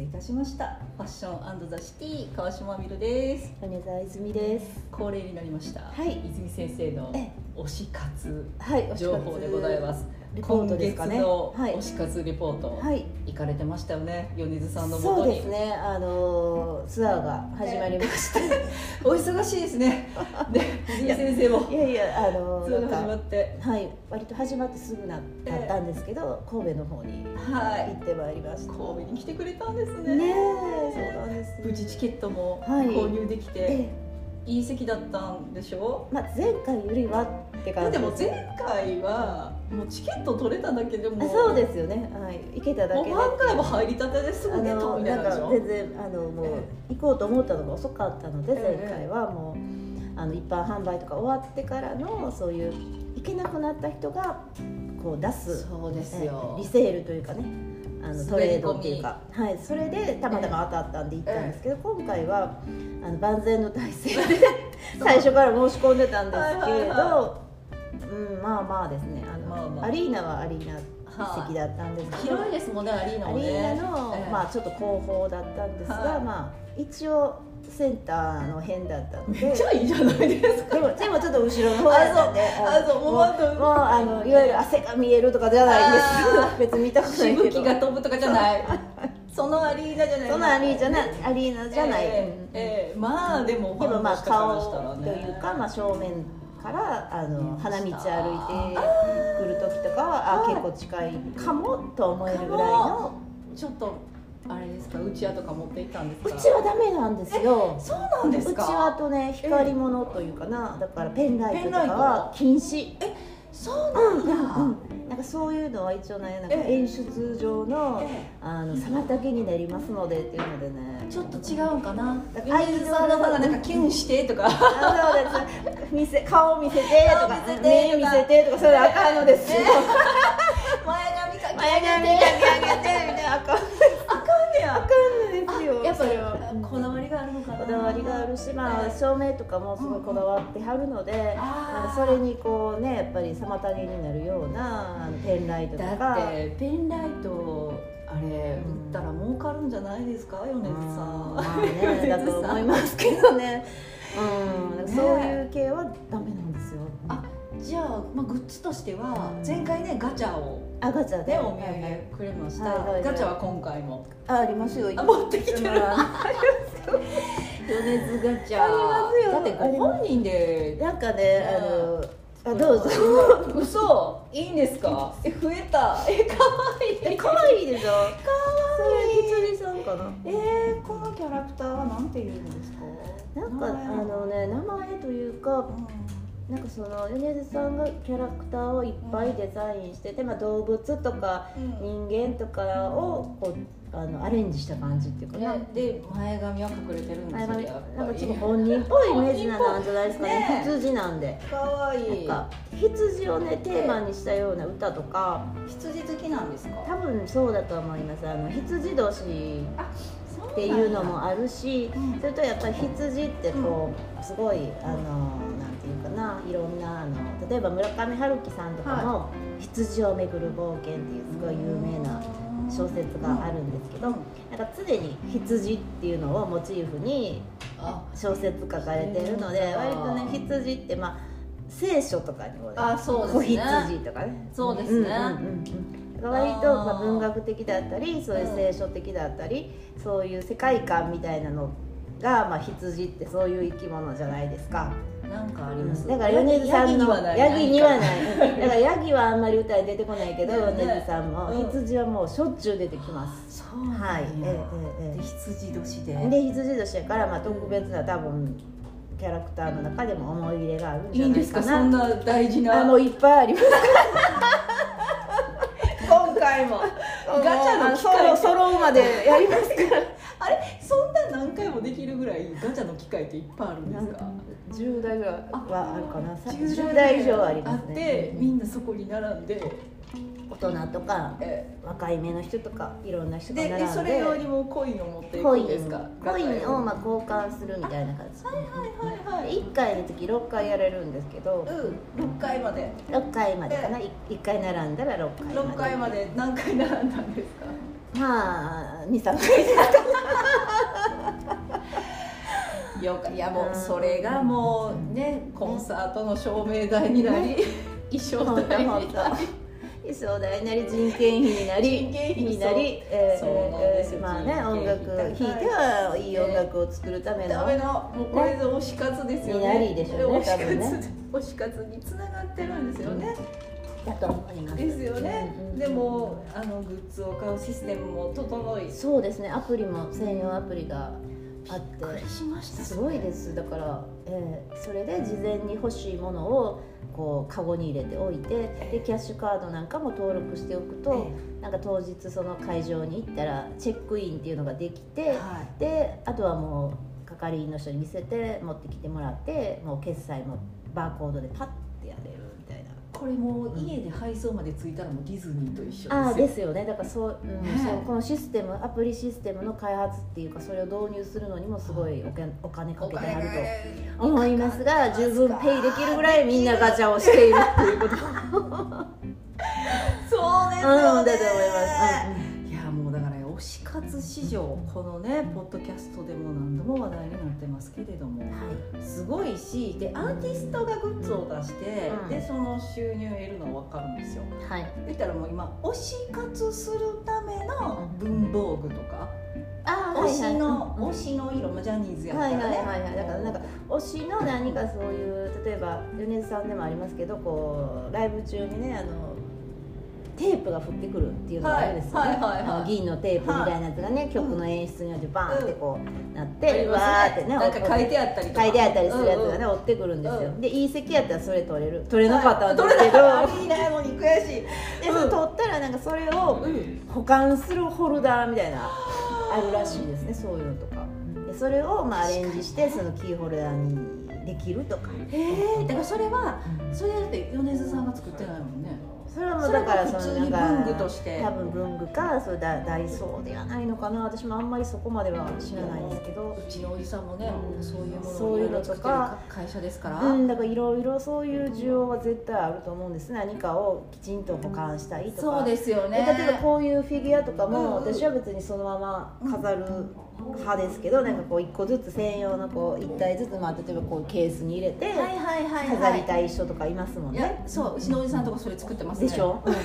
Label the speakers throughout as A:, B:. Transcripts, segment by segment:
A: いたしましたファッションザシティ川島みるです
B: 米沢泉です。
A: 恒例になりました、
B: はい
A: 泉先生の
B: え、
A: 推し活
B: はい、お仕
A: 情
B: 事
A: 報でございます
B: レポ
A: 今
B: ートです
A: 月
B: かね。
A: の
B: はい
A: 推。し活レポート、
B: はい。
A: 行かれてましたよね米津さんのも
B: そ
A: と
B: うで
A: に、
B: すね。あのーツアーが始まりました。
A: お忙しいです ねで泉先生も
B: いやいやあの
A: ツア
B: ー
A: ーが始
B: なん
A: ま
B: か
A: って
B: はい、割と始まってすぐなだったんですけど、神戸の方に
A: はい
B: 行ってまいりました。
A: 神戸に来てくれたんですね
B: ねえ、そうなんです。
A: 無事チケットも
B: はい
A: 購入できて、
B: え
A: いい席だったんでしょ
B: え、まあ前回よりはって
A: だ
B: 感
A: っ
B: じ
A: て
B: す
A: もう前回はもうチケット取れただけでも
B: あそうですよね。はい、行けただ
A: も
B: け
A: う
B: で。
A: ファンクラブ入りたてです
B: あ
A: ぐゲット
B: の
A: みたい
B: な
A: なんんでし
B: か
A: ょ
B: 全然あのも
A: え
B: う行こうと思ったのが遅かったので
A: ええ
B: 前回はもうあの一般販売とか終わってからのそういう行けなくなった人がこう出す
A: そうで
B: ええリセールというかねあのトレードっていうか、はい、それでたまたま当たったんで行ったんですけど、今回はあの万全の体制で 最初から申し込んでたんですけれど、
A: はい
B: うん、まあまあですねあの、
A: まあまあ
B: アリーナはアリーナ
A: は
B: 席だったんです
A: あ
B: けど、
A: 広いですもんねアリーナ
B: ア
A: も
B: リ
A: ね
B: ーナの、
A: ええ
B: まあ、ちょっと後方だったんですが、
A: はい
B: まあ、一応センターの辺だったので
A: めっちゃいいじゃないですか
B: でもでもちょっと後ろの方だったんで
A: あそうあそうもう
B: もう
A: あと
B: もうあのいわゆる汗が見えるとかじゃないんです別に見たことな
A: し
B: い
A: ぶ
B: け
A: き
B: ど
A: が飛ぶとかじゃないそのアリーナじゃない
B: そのアリーナじゃないアリーナじゃな
A: え
B: い、
A: え
B: うん
A: ええまあでも
B: でもまあ
A: ファンの人
B: 顔
A: らし
B: と
A: たらね
B: いうか、まあ、正面からあの
A: 見ま
B: 花道歩い
A: してた
B: くる時とかはあ
A: はい
B: 結構近いかもと思えるぐらいの
A: ちょっとあれですかうちわとか持って行ったん
B: う
A: ですか
B: ちはダメなんですよ
A: そうなんです
B: うち
A: か
B: わとね光り物というかな、だからペンライトとか
A: ペンライ
B: は
A: ト
B: 禁止
A: そう
B: う
A: なんんだ、
B: うんなんかそういうのは一応ねなんか
A: ええ
B: 演出上の
A: え
B: あの妨げになりますのでっていうので
A: え
B: ね
A: ちょっと違うんかな
B: だから
A: 米津さんの方がなんかキュンしてとか
B: あそうです見せ顔見せてとか
A: 顔見せてとか
B: 目見せてとかそういうのあかんのですよ
A: 前髪か
B: 前髪かけ上げてみたいなあか
A: あ
B: ん
A: かんねや
B: あかんのですよ
A: やっぱ
B: それは
A: りこだわりがあるのかな
B: こだわりがあるし、まあ、照明とかもすごいこだわってはるので、
A: あー
B: なんかそれにこうねやっぱり妨げになるようなあのペンライトとか
A: だってペンライトあれ
B: うん
A: 売ったら儲かるんじゃないですか米
B: う
A: 津
B: ん
A: さん
B: まあねだと思いますけどね、うん、なんかそういう系はダメなんですよ
A: あじゃあ、まあ、グッズとしては
B: うん
A: 前回ねガチャを
B: あガチャで
A: ねお土産くれました、
B: はいはいはい
A: ガチャは今回も
B: あありますよ
A: あ持ってきてる
B: うんあ
A: 米津ガチ
B: ありますよ
A: だってご本人で
B: なんかねあのあどうぞ
A: 嘘いいんですかえ増えたえ可愛い
B: 可愛いでしょ
A: 可愛い
B: それひつりさんかな
A: えー、このキャラクターはなんて言うんですか
B: なんかあのね名前というかなんかその米津さんがキャラクターをいっぱいデザインしてて、まあ、動物とか
A: うん
B: 人間とかをこうあのアレンジした感じっていうかね
A: ね、で前髪は隠れてるんですよ
B: 前髪
A: やっぱり
B: なんかちょっと本人っぽいイメージなんじゃないですかね
A: ねえ
B: 羊なんで
A: 可愛い
B: なんか羊をねテーマにしたような歌とか
A: 羊好きなんですか
B: 多分そうだと思いますあの羊年
A: あそうなんだ
B: っていうのもあるし、
A: うん
B: それとやっぱり羊ってこう、すごいあのなんていうかないろんなあの例えば村上春樹さんとかも「羊をめぐる冒険」っていうすごい有名な小説があるんですけど、なんか常に羊っていうのをモチーフに
A: あ
B: 小説書かれてるので
A: うん
B: 割とね羊ってまあ聖書とかにもね
A: あそうですね
B: 子羊とかね
A: そうですね
B: んうんうんうん割と
A: あー
B: まあ文学的だったりそういう聖書的だったり、そういう世界観みたいなのが、まあ、羊ってそういう生き物じゃないですか、
A: なんかあります
B: だから米津さんのヤ
A: ヤ
B: ギ
A: ギ
B: に
A: に
B: は
A: は
B: な
A: ない
B: うんだからヤギはあんまり歌に出てこないけど
A: ね
B: 米津さんも、
A: うん
B: 羊はもうしょっちゅう出てきます
A: そう
B: は、
A: ない
B: え
A: ん
B: え
A: や
B: ええええ
A: で羊年で
B: で羊年やから、まあ、特別な多分キャラクターの中でも思い入れがあるん
A: い
B: じ
A: い
B: ゃ
A: ん
B: な
A: で
B: い
A: す
B: か
A: か
B: な
A: そんな大事な
B: あもういっぱいあります
A: 今回も ガチャの機
B: あ
A: 械
B: の揃うまでやりますから
A: あれそんな何回もできるぐらいガチャの機械っていっぱいあるんですか
B: 10代ぐらいはあるかなさ
A: 10
B: 10代以上はあります
A: あっ
B: ね
A: てみんなそこに並んで
B: 大人とか
A: え
B: 若い目の人とかいろんな人
A: で
B: が並んで
A: でそれ用にもコインを持ってい
B: コ
A: く
B: イン
A: んですか
B: コインをまあ
A: あ
B: 交換するみたいな感じ
A: はいはいはい
B: 1回の時6回やれるんですけど
A: うん6回まで
B: 6回までかな1回並んだら6回まで
A: 6回まで何回並んだんですか
B: まあ23回
A: よかいやもうそれがもうねコンサートの照明代になり、衣装
B: 本当
A: 代
B: 本
A: に
B: 当
A: なり
B: 衣装代なり人件費になり
A: 人件費
B: になり、えー
A: そうなんです
B: えー
A: よ
B: まあね音
A: 人件
B: 楽
A: 費
B: 弾いてはいい音楽を作るための
A: ダメなもうこれぞ推し活ですよね
B: になりでしょうね
A: 推し活
B: 多分ね
A: 推し活につながってるんですよね、
B: だと思います
A: ですよね、
B: うんうん
A: でもあのグッズを買うシステムも整い
B: そうですねアプリも専用アプリがあって
A: しまし
B: すごいですだから、えーそれで事前に欲しいものをこうカゴに入れておいてでキャッシュカードなんかも登録しておくとなんか当日その会場に行ったらチェックインっていうのができて
A: は
B: であとはもう係員の人に見せて持ってきてもらってもう決済もバーコードでパッてやれるみたいな。
A: い、これもう家で配送までついたらもうディズニーと一緒ですよ
B: ああですよねだからそう,、うん
A: ね
B: そうこのシステムアプリシステムの開発っていうかそれを導入するのにもすごいおけお金か
A: お
B: けてあ
A: 金が
B: る
A: ね
B: と思いますが十分ペイできるぐらいみんなガチャをしてい るっていうことうん
A: そうですよね、
B: だと思います、うん
A: いやもうだから推し活史上このねポッドキャストでも何度も話題になってますけれども
B: うんはい
A: すごいしでアーティストがグッズを出して、
B: うん
A: でその収入を得るのは分かるんですよ
B: はい、
A: 言ったらもう今推し活するための文房具とか、
B: あー
A: 推しの、
B: うんうん
A: 推しの色もジャニーズやっ
B: は
A: た
B: い
A: ら
B: はい
A: ね、
B: はいはい、だからなんか推しの何かそういう例えば米津さんでもありますけどこうライブ中にねあのテープが降ってくるっていうのがあるんですよね、
A: はいはいはいはい
B: あの銀のテープみたいなやつがね、曲の演出によってバーンってこうなって、
A: あり
B: わ
A: ま
B: ーっ
A: す
B: て
A: ね
B: ね
A: なんか書いてあったりとか
B: 書いてあったりするやつがね、
A: うんうん
B: 追ってくるんですよ、
A: うん
B: でいい席やったらそれ取れる取れなかったんで
A: ど
B: す
A: れ
B: け
A: だ
B: ど、
A: からアリーナやのに悔しい、
B: でその取ったらなんかそれを保管するホルダーみたいなあるらしいですねそういうのとかでそれをまあアレンジしてそのキーホルダーにできるとか
A: へえだからそれはそれだって米津さんが作ってないもんね
B: それはも
A: そうれ
B: だから
A: は
B: そ
A: 普
B: の
A: 通に
B: なん
A: 文
B: か
A: 具として
B: 多分文具かそれだダイソーではないのかな私もあんまりそこまでは知らないですけど
A: うちのおじさんもね、
B: うん
A: そういうもの
B: そ
A: を
B: う
A: いろ
B: いう
A: い
B: の
A: ろ
B: と
A: 作
B: か
A: ってる会社ですから、
B: うん、だからいろいろそういう需要は絶対あると思うんです何かをきちんと保管したいとか、
A: そうですよね
B: 例えばこういうフィギュアとかも
A: うんうん
B: 私は別にそのまま飾る派ですけどなんかこう一個ずつ専用のこう一体ずつまあ例えばこうケースに入れて
A: はいはいはい、はい、
B: 飾りたい人とかいますもん
A: い
B: ね。
A: やそううちのおじさんとかそれ作ってますね
B: でしょ、うんうん、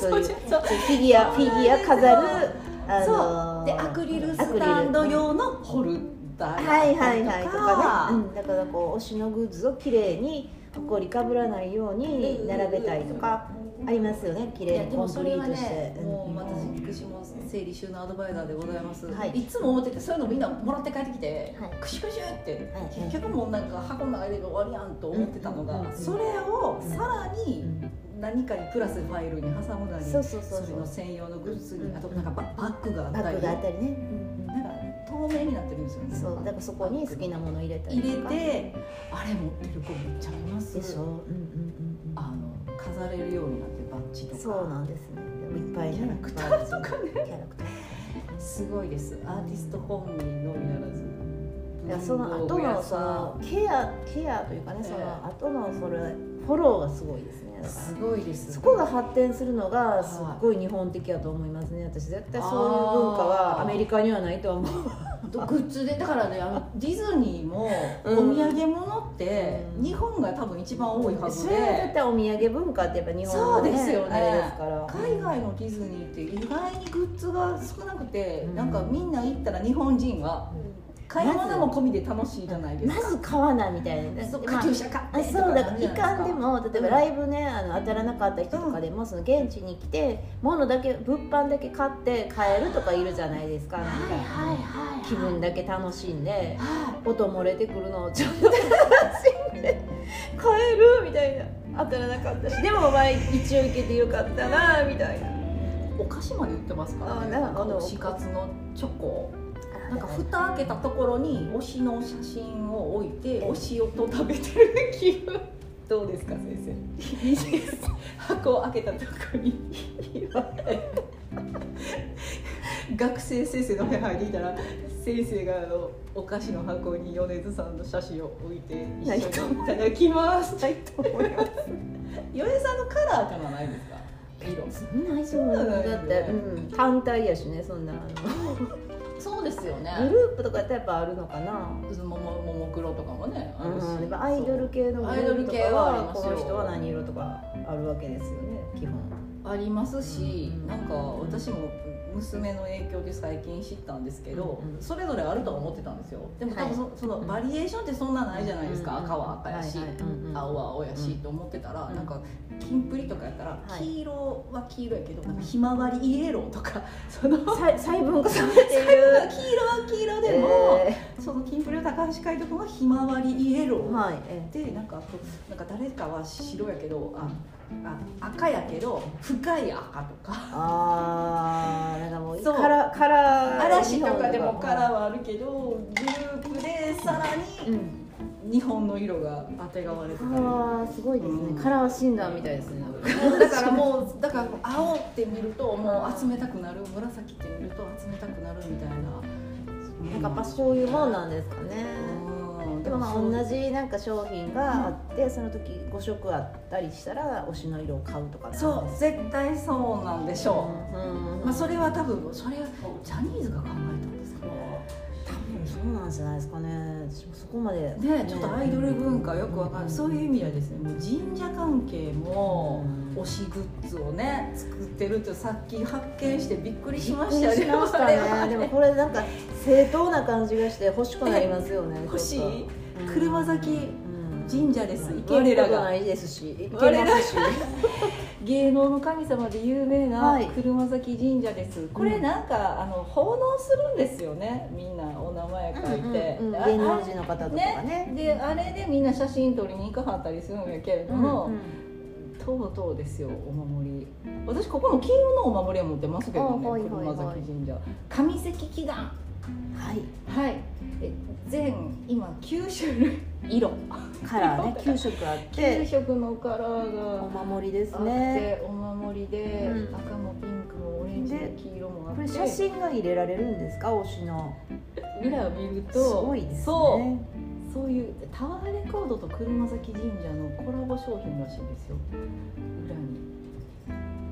B: そういう
A: そう
B: フ
A: そう
B: ィギュアフィギュア飾るあ
A: そ
B: の
A: うでアクリルスタンド用のホルダー
B: はいはい
A: だっ
B: は
A: た
B: い
A: り
B: と
A: と
B: か
A: か
B: ね、うん、だからこう推しのグッズをきれいに埃かぶらないように並べたりとかありますよねき
A: い
B: れい
A: や
B: に
A: で
B: コ
A: も
B: ン
A: そ
B: プリ
A: れは
B: ートして、
A: ね、
B: うん
A: もう私私も整理収納アドバイザーでございます、
B: はい
A: い、つも思っててそういうのみんなもらって帰ってきて、
B: はい
A: クシュクシュって、
B: はいはい
A: 結局もうなんか箱の中入れて終わりやんと思ってたのが、
B: うんうん
A: それをさらに
B: うん
A: 何かにプラスファイルに挟むなり、
B: そうそうそうそう
A: れの専用のグッズに、
B: うん
A: あとなんかババッグがあっ
B: バ
A: た
B: ッ
A: り
B: グがあったりね、
A: なんか透明になってるんですよね
B: そうだからそこに好きなもの入れたり
A: 入れ
B: とか
A: てあれ持ってる子めっちゃいます
B: でしょ、うんうんうん
A: あの飾れるようになってるバッジと
B: うん、
A: か
B: そうなんですねでもいっぱい
A: キャラクタ
B: いっぱいある
A: ーとかね
B: キャラクター
A: すごいですアーティスト本人のみならず
B: いやその後のそのケアケアというかねそ
A: ええ
B: の後のそれフォローがすごいですねだから
A: すごいです
B: そこが発展するのがすっごい日本的やと思いますね私絶対そういう文化はアメリカにはないとは思う
A: どグッズでだからねあのディズニーも
B: うん
A: お土産物って
B: うん
A: 日本が多分一番多いはず
B: それは絶
A: で
B: 対お土産文化ってやっぱ日本の、
A: そうですよね
B: あれですから
A: 海外のディズニーって意外にグッズが少なくて
B: うん
A: なんかみんな行ったら日本人は買い物も込みで楽しいじゃないです
B: ま
A: か
B: ず買わないみたいな
A: そう
B: まあ
A: カチューシャ買
B: あ
A: って
B: そう
A: とかな
B: だから
A: る
B: い
A: じゃない
B: かんで
A: ですか
B: も例えばライブねあの当たらなかった人とかでも、その現地に来て物だけ物販だけ買って帰るとかいるじゃないですかなんか、
A: はいはいはい
B: 気分だけ楽しんで
A: はい
B: 音漏れてくるのをちょっと楽しんで 帰るみたいな当たらなかったしでもお前一応行けてよかったなみたいな
A: お菓子まで売ってますから
B: あ
A: ね
B: な
A: なんか
B: あの
A: 推し活のチョコな
B: な
A: んん
B: か
A: か
B: ふ
A: 蓋開けたところに推しの写真を置いて推しをと食べてる気分どうですか先生いいです箱を開けたところに学生先生の部屋入っていたら先生があのお菓子の箱に米津さんの写真を置いて一緒にいただきます
B: たいと思います
A: 米津さんのカラーかなないですか色
B: そんな相性ない
A: そう
B: だ
A: な
B: っ
A: ん
B: て
A: だ、
B: うん、単体やしねそんなあ
A: そうですよ
B: の
A: ね
B: グループとかやったらやっぱあるのかな
A: ももももクロとかもねあ
B: う
A: るし
B: ん、やっぱアイドル系の
A: そう
B: グ
A: アイド
B: ループとか
A: ル系はあります
B: こ
A: よ
B: の人は何色とかあるわけですよね基本
A: ありますし
B: うん
A: なんか私も娘の影響で最近知ったんですけど、
B: うん
A: それぞれあるとは思ってたんですよでも多分そ,、
B: はい
A: そのバリエーションってそんなないじゃないですか、
B: うん
A: 赤は赤やし、
B: はいはいうんうん
A: 青は青やし、
B: うん
A: と思ってたら、
B: うん
A: なんか金プリとかやったら、
B: はい
A: 黄色は黄色やけどなんかひまわりイエローとか その
B: 細細分化されている
A: 黄色は黄色でも、その金プリの高橋海人君はひまわりイエロ
B: え
A: ー、
B: ーはいえ
A: でなんかこうなんか誰かは白やけどああ赤やけど深い赤とか。
B: ー、あーなんかもう
A: そう
B: カラカラ
A: 嵐とかでもカラー
B: ー
A: はあるけどグループでさら
B: う
A: に日
B: ん
A: 本の色があてがわれてたり
B: あーすごいですね、
A: うん
B: カラー診断みたいですねなんか
A: だからもうだから青って見るともう集めたくなる紫って見ると集めたくなるみたいな
B: なんかやっぱそういうもんなんですかね、
A: うん
B: でもまあ
A: そう
B: 同じなんか商品があって、その時5色あったりしたら推しの色を買うとかなんですね
A: そう絶対そうなんでしょ
B: うん
A: う、まあ、それは多分それはジャニーズが考えたんですかね
B: 多分そうなんじゃないですかね私もそこまで
A: ね、ちょっとアイドル文化よくわかる、
B: うん
A: そういう意味ではですねもう神社関係も推しグッズをね作ってるってさっき発見してびっくりしましたよ
B: しました
A: あれは
B: ねでもこれなんか正当な感じがして欲しくなりますよね
A: 欲しい
B: ちょっとうん
A: 車崎
B: うん
A: 神社です
B: 行
A: 我
B: ける
A: ら
B: こと
A: が
B: ないですし行け
A: 我らが
B: ますし
A: 芸能の神様で有名
B: は
A: ない車崎神社です、これなんかあの奉納するんですよねみんなお名前書いて、
B: うんうん
A: あ
B: 芸能人の方とかね
A: ねであれでみんな写真撮りに行かはったりするんやけれども、
B: うんうん
A: とうとうですよお守り私ここの金運のお守りは持ってますけどね、
B: あはいはいはい
A: 車崎神社上関祈願
B: はい
A: はいえ全今9種類色
B: カラーね9色 あっ
A: 9
B: て
A: 色のカラー
B: お
A: が
B: 守りです
A: あって、
B: ね
A: お守りで、
B: うん
A: 赤もピンクもオレンジも黄色もあっ
B: こ
A: て
B: れ写真が入れられるんですか推しの
A: 裏を見ると
B: すごいですね
A: そうそういうタワーレコードと車崎神社のコラボ商品らしいんですよ裏に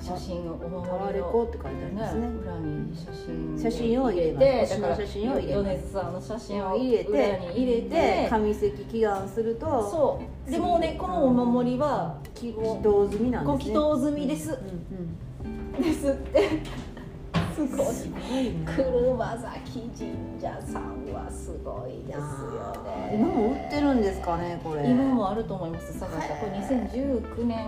A: 写真をお
B: タワ
A: 守り
B: レ
A: の
B: コって書いてありますね
A: ね、裏に写真
B: 写真を入れま
A: だ
B: す
A: から
B: 写真を入れます
A: 米津さんの写真を
B: 入れて
A: 裏に入れ
B: で
A: て
B: 紙石祈願すると
A: そうでもうねこのお守りは希
B: 祈
A: 望
B: 祷済みなん
A: ご
B: です
A: 祈
B: ね
A: 祷済みです
B: うんう
A: ですってす
B: ん
A: ごい
B: すごいね
A: 車崎神社さんはすごいですよ
B: 今
A: ね
B: も売ってるんですかねこれ
A: 今もあると思います佐賀さんこれ2019年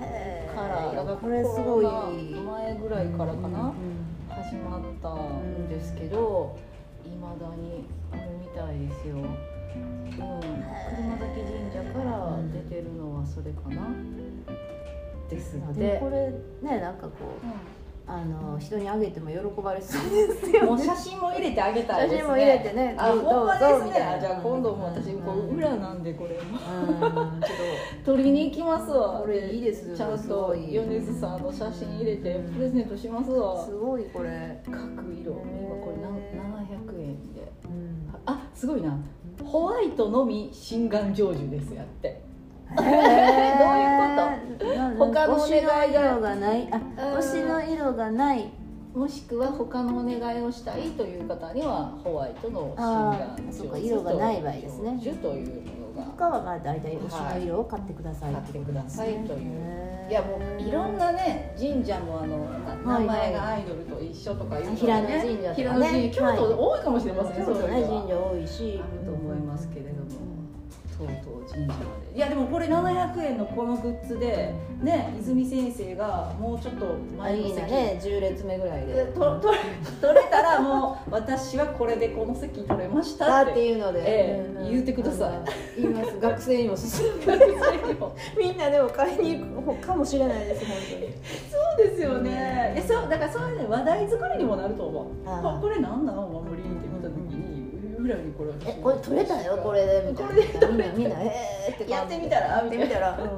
B: へー
A: からだから
B: これすごい
A: コロナ前ぐらいからかな、
B: うん
A: 始まったんですけど、未だにあるみたいですよ。うん、車崎神社から出てるのはそれかな。ですの
B: で
A: で
B: もこ。れねなんかこう
A: う
B: あの人にあげても喜ばれそう ですよ
A: んもう写真も入れてあげたいですね。
B: 写真も入れてね
A: あ、
B: どうぞ
A: ほんまです
B: み
A: ね
B: たいな。
A: じゃあ今度も私
B: うん
A: こう裏なんでこれも
B: うんちょっ
A: 撮りに行きますわ。
B: これいいですよ
A: ちゃん
B: す
A: と
B: ごい
A: 米津さんの写真入れてプレゼントしますわ
B: と。すごいこれ
A: 各色今これなん700円で。
B: うん
A: あすごいなホワイトのみ心願成就ですやって
B: どういうこと
A: 他のお
B: 推しの
A: 願いが
B: 色がないあ推しの色がない
A: もしくは他のお願いをしたいという方にはホワイトの心願
B: あー
A: 成
B: そう
A: 就
B: か色がない場合ですね
A: 成就というものが
B: 他はまあ大体推しの色を買ってください
A: 買ってくださいという
B: へー
A: いやもういろんなね神社もあのな名
B: はい
A: 前がアイドルと一緒とかいうのね
B: 平野神社とかね
A: 平野神社京都多いかもしれません
B: 京都
A: そうい
B: ね
A: うのは
B: 神社多いし
A: あると思いますけれどもとうとう神社までいやでもこれ700円のこのグッズでね泉先生がもうちょっと
B: あ
A: 前
B: い
A: の
B: い
A: 席
B: なね10列目ぐらい
A: で
B: で
A: ととれ取れたらもう私はこれでこの席取れまし
B: だ
A: たっ
B: ってていうので、
A: ええ
B: うんうん
A: 言うてください
B: あの言います学生にも勧め みんなでも買いに行くかもしれないです本
A: そうですよねいやそうだからそういうね話題作りにもなると思う
B: あー
A: ここれなんなんお守りって見た時に裏にこれ
B: 当にえこれ取れたよこれでみたいなみんなみんなえーって感じで
A: やってみたら
B: やってみたら、うんうん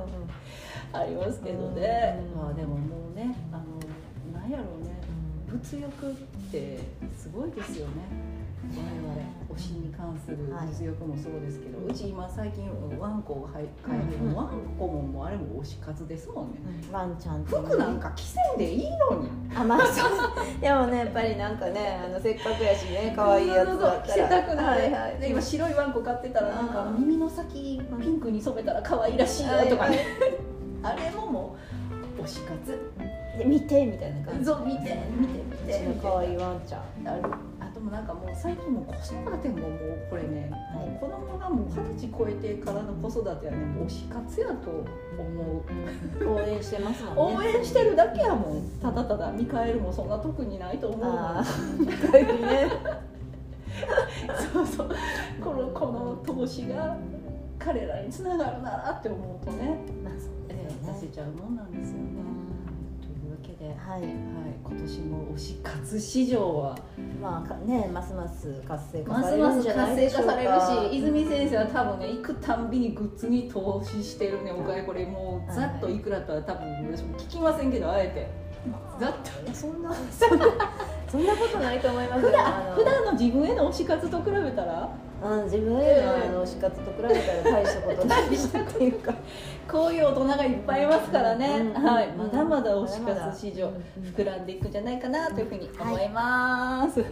A: ありますけどね
B: うん
A: まあでももうねあのなんやろうね物欲ってすごいですよね。我々推しに関する物欲もそうですけど、うち今最近ワンコを飼い飼い始め
B: うん
A: ワンコももうあれも推し活ですもんね
B: ワンちゃんっていう
A: 服なんか着せんでいいのに
B: あまあそうでもねやっぱりなんかねあのせっかくやしね可愛いやつだったら
A: 着せたくない、
B: はいはい
A: で今白いワンコ飼ってたらなん
B: あ
A: か
B: ー
A: 耳の先ピンクに染めたら可愛らしいよとかね、あれももう推し活
B: で見てみたいな感じ
A: そう見て見て見
B: う
A: て
B: ちの可愛いワンちゃん
A: あるあともなんかもう最近もう子育てももうこれね、
B: はい
A: もう子供がもう二十歳超えてからの子育てはねもう推し活やと思う
B: 応援してますもん
A: 応
B: ね
A: 援してるだけやもんただただミカエルもそんな特にないと思うの
B: あ
A: に
B: ー可愛いね
A: そうそうこのこの投資が彼らにつながるならって思うとね
B: まあそうですよ
A: 出せ
B: ね
A: ちゃうもんなんですよね。というわけで、はい、
B: はい
A: 今年も推し活市場は
B: まあかねますます活性化
A: ま
B: さ
A: す
B: れる
A: ます
B: んじゃな
A: 活性
B: いでしょ
A: 化
B: うか
A: されるし泉先生は多分ね行くたんびにグッズに投資してるねおかげこれもうざっといくらとは多分私も聞きませんけどあえてざっと
B: いやそんなそんなそんなことないと思いますよ
A: 普
B: あ
A: 段
B: の
A: 普段の自分への推し活と比べたら
B: うん、自分へのあの推し活と比べたら大したことないなっていう か
A: こういう大人がいっぱいいますからね、
B: うん
A: はい、
B: うん
A: まだまだ推し活市場
B: まだまだ
A: 膨らんでいくんじゃないかなというふうに思います。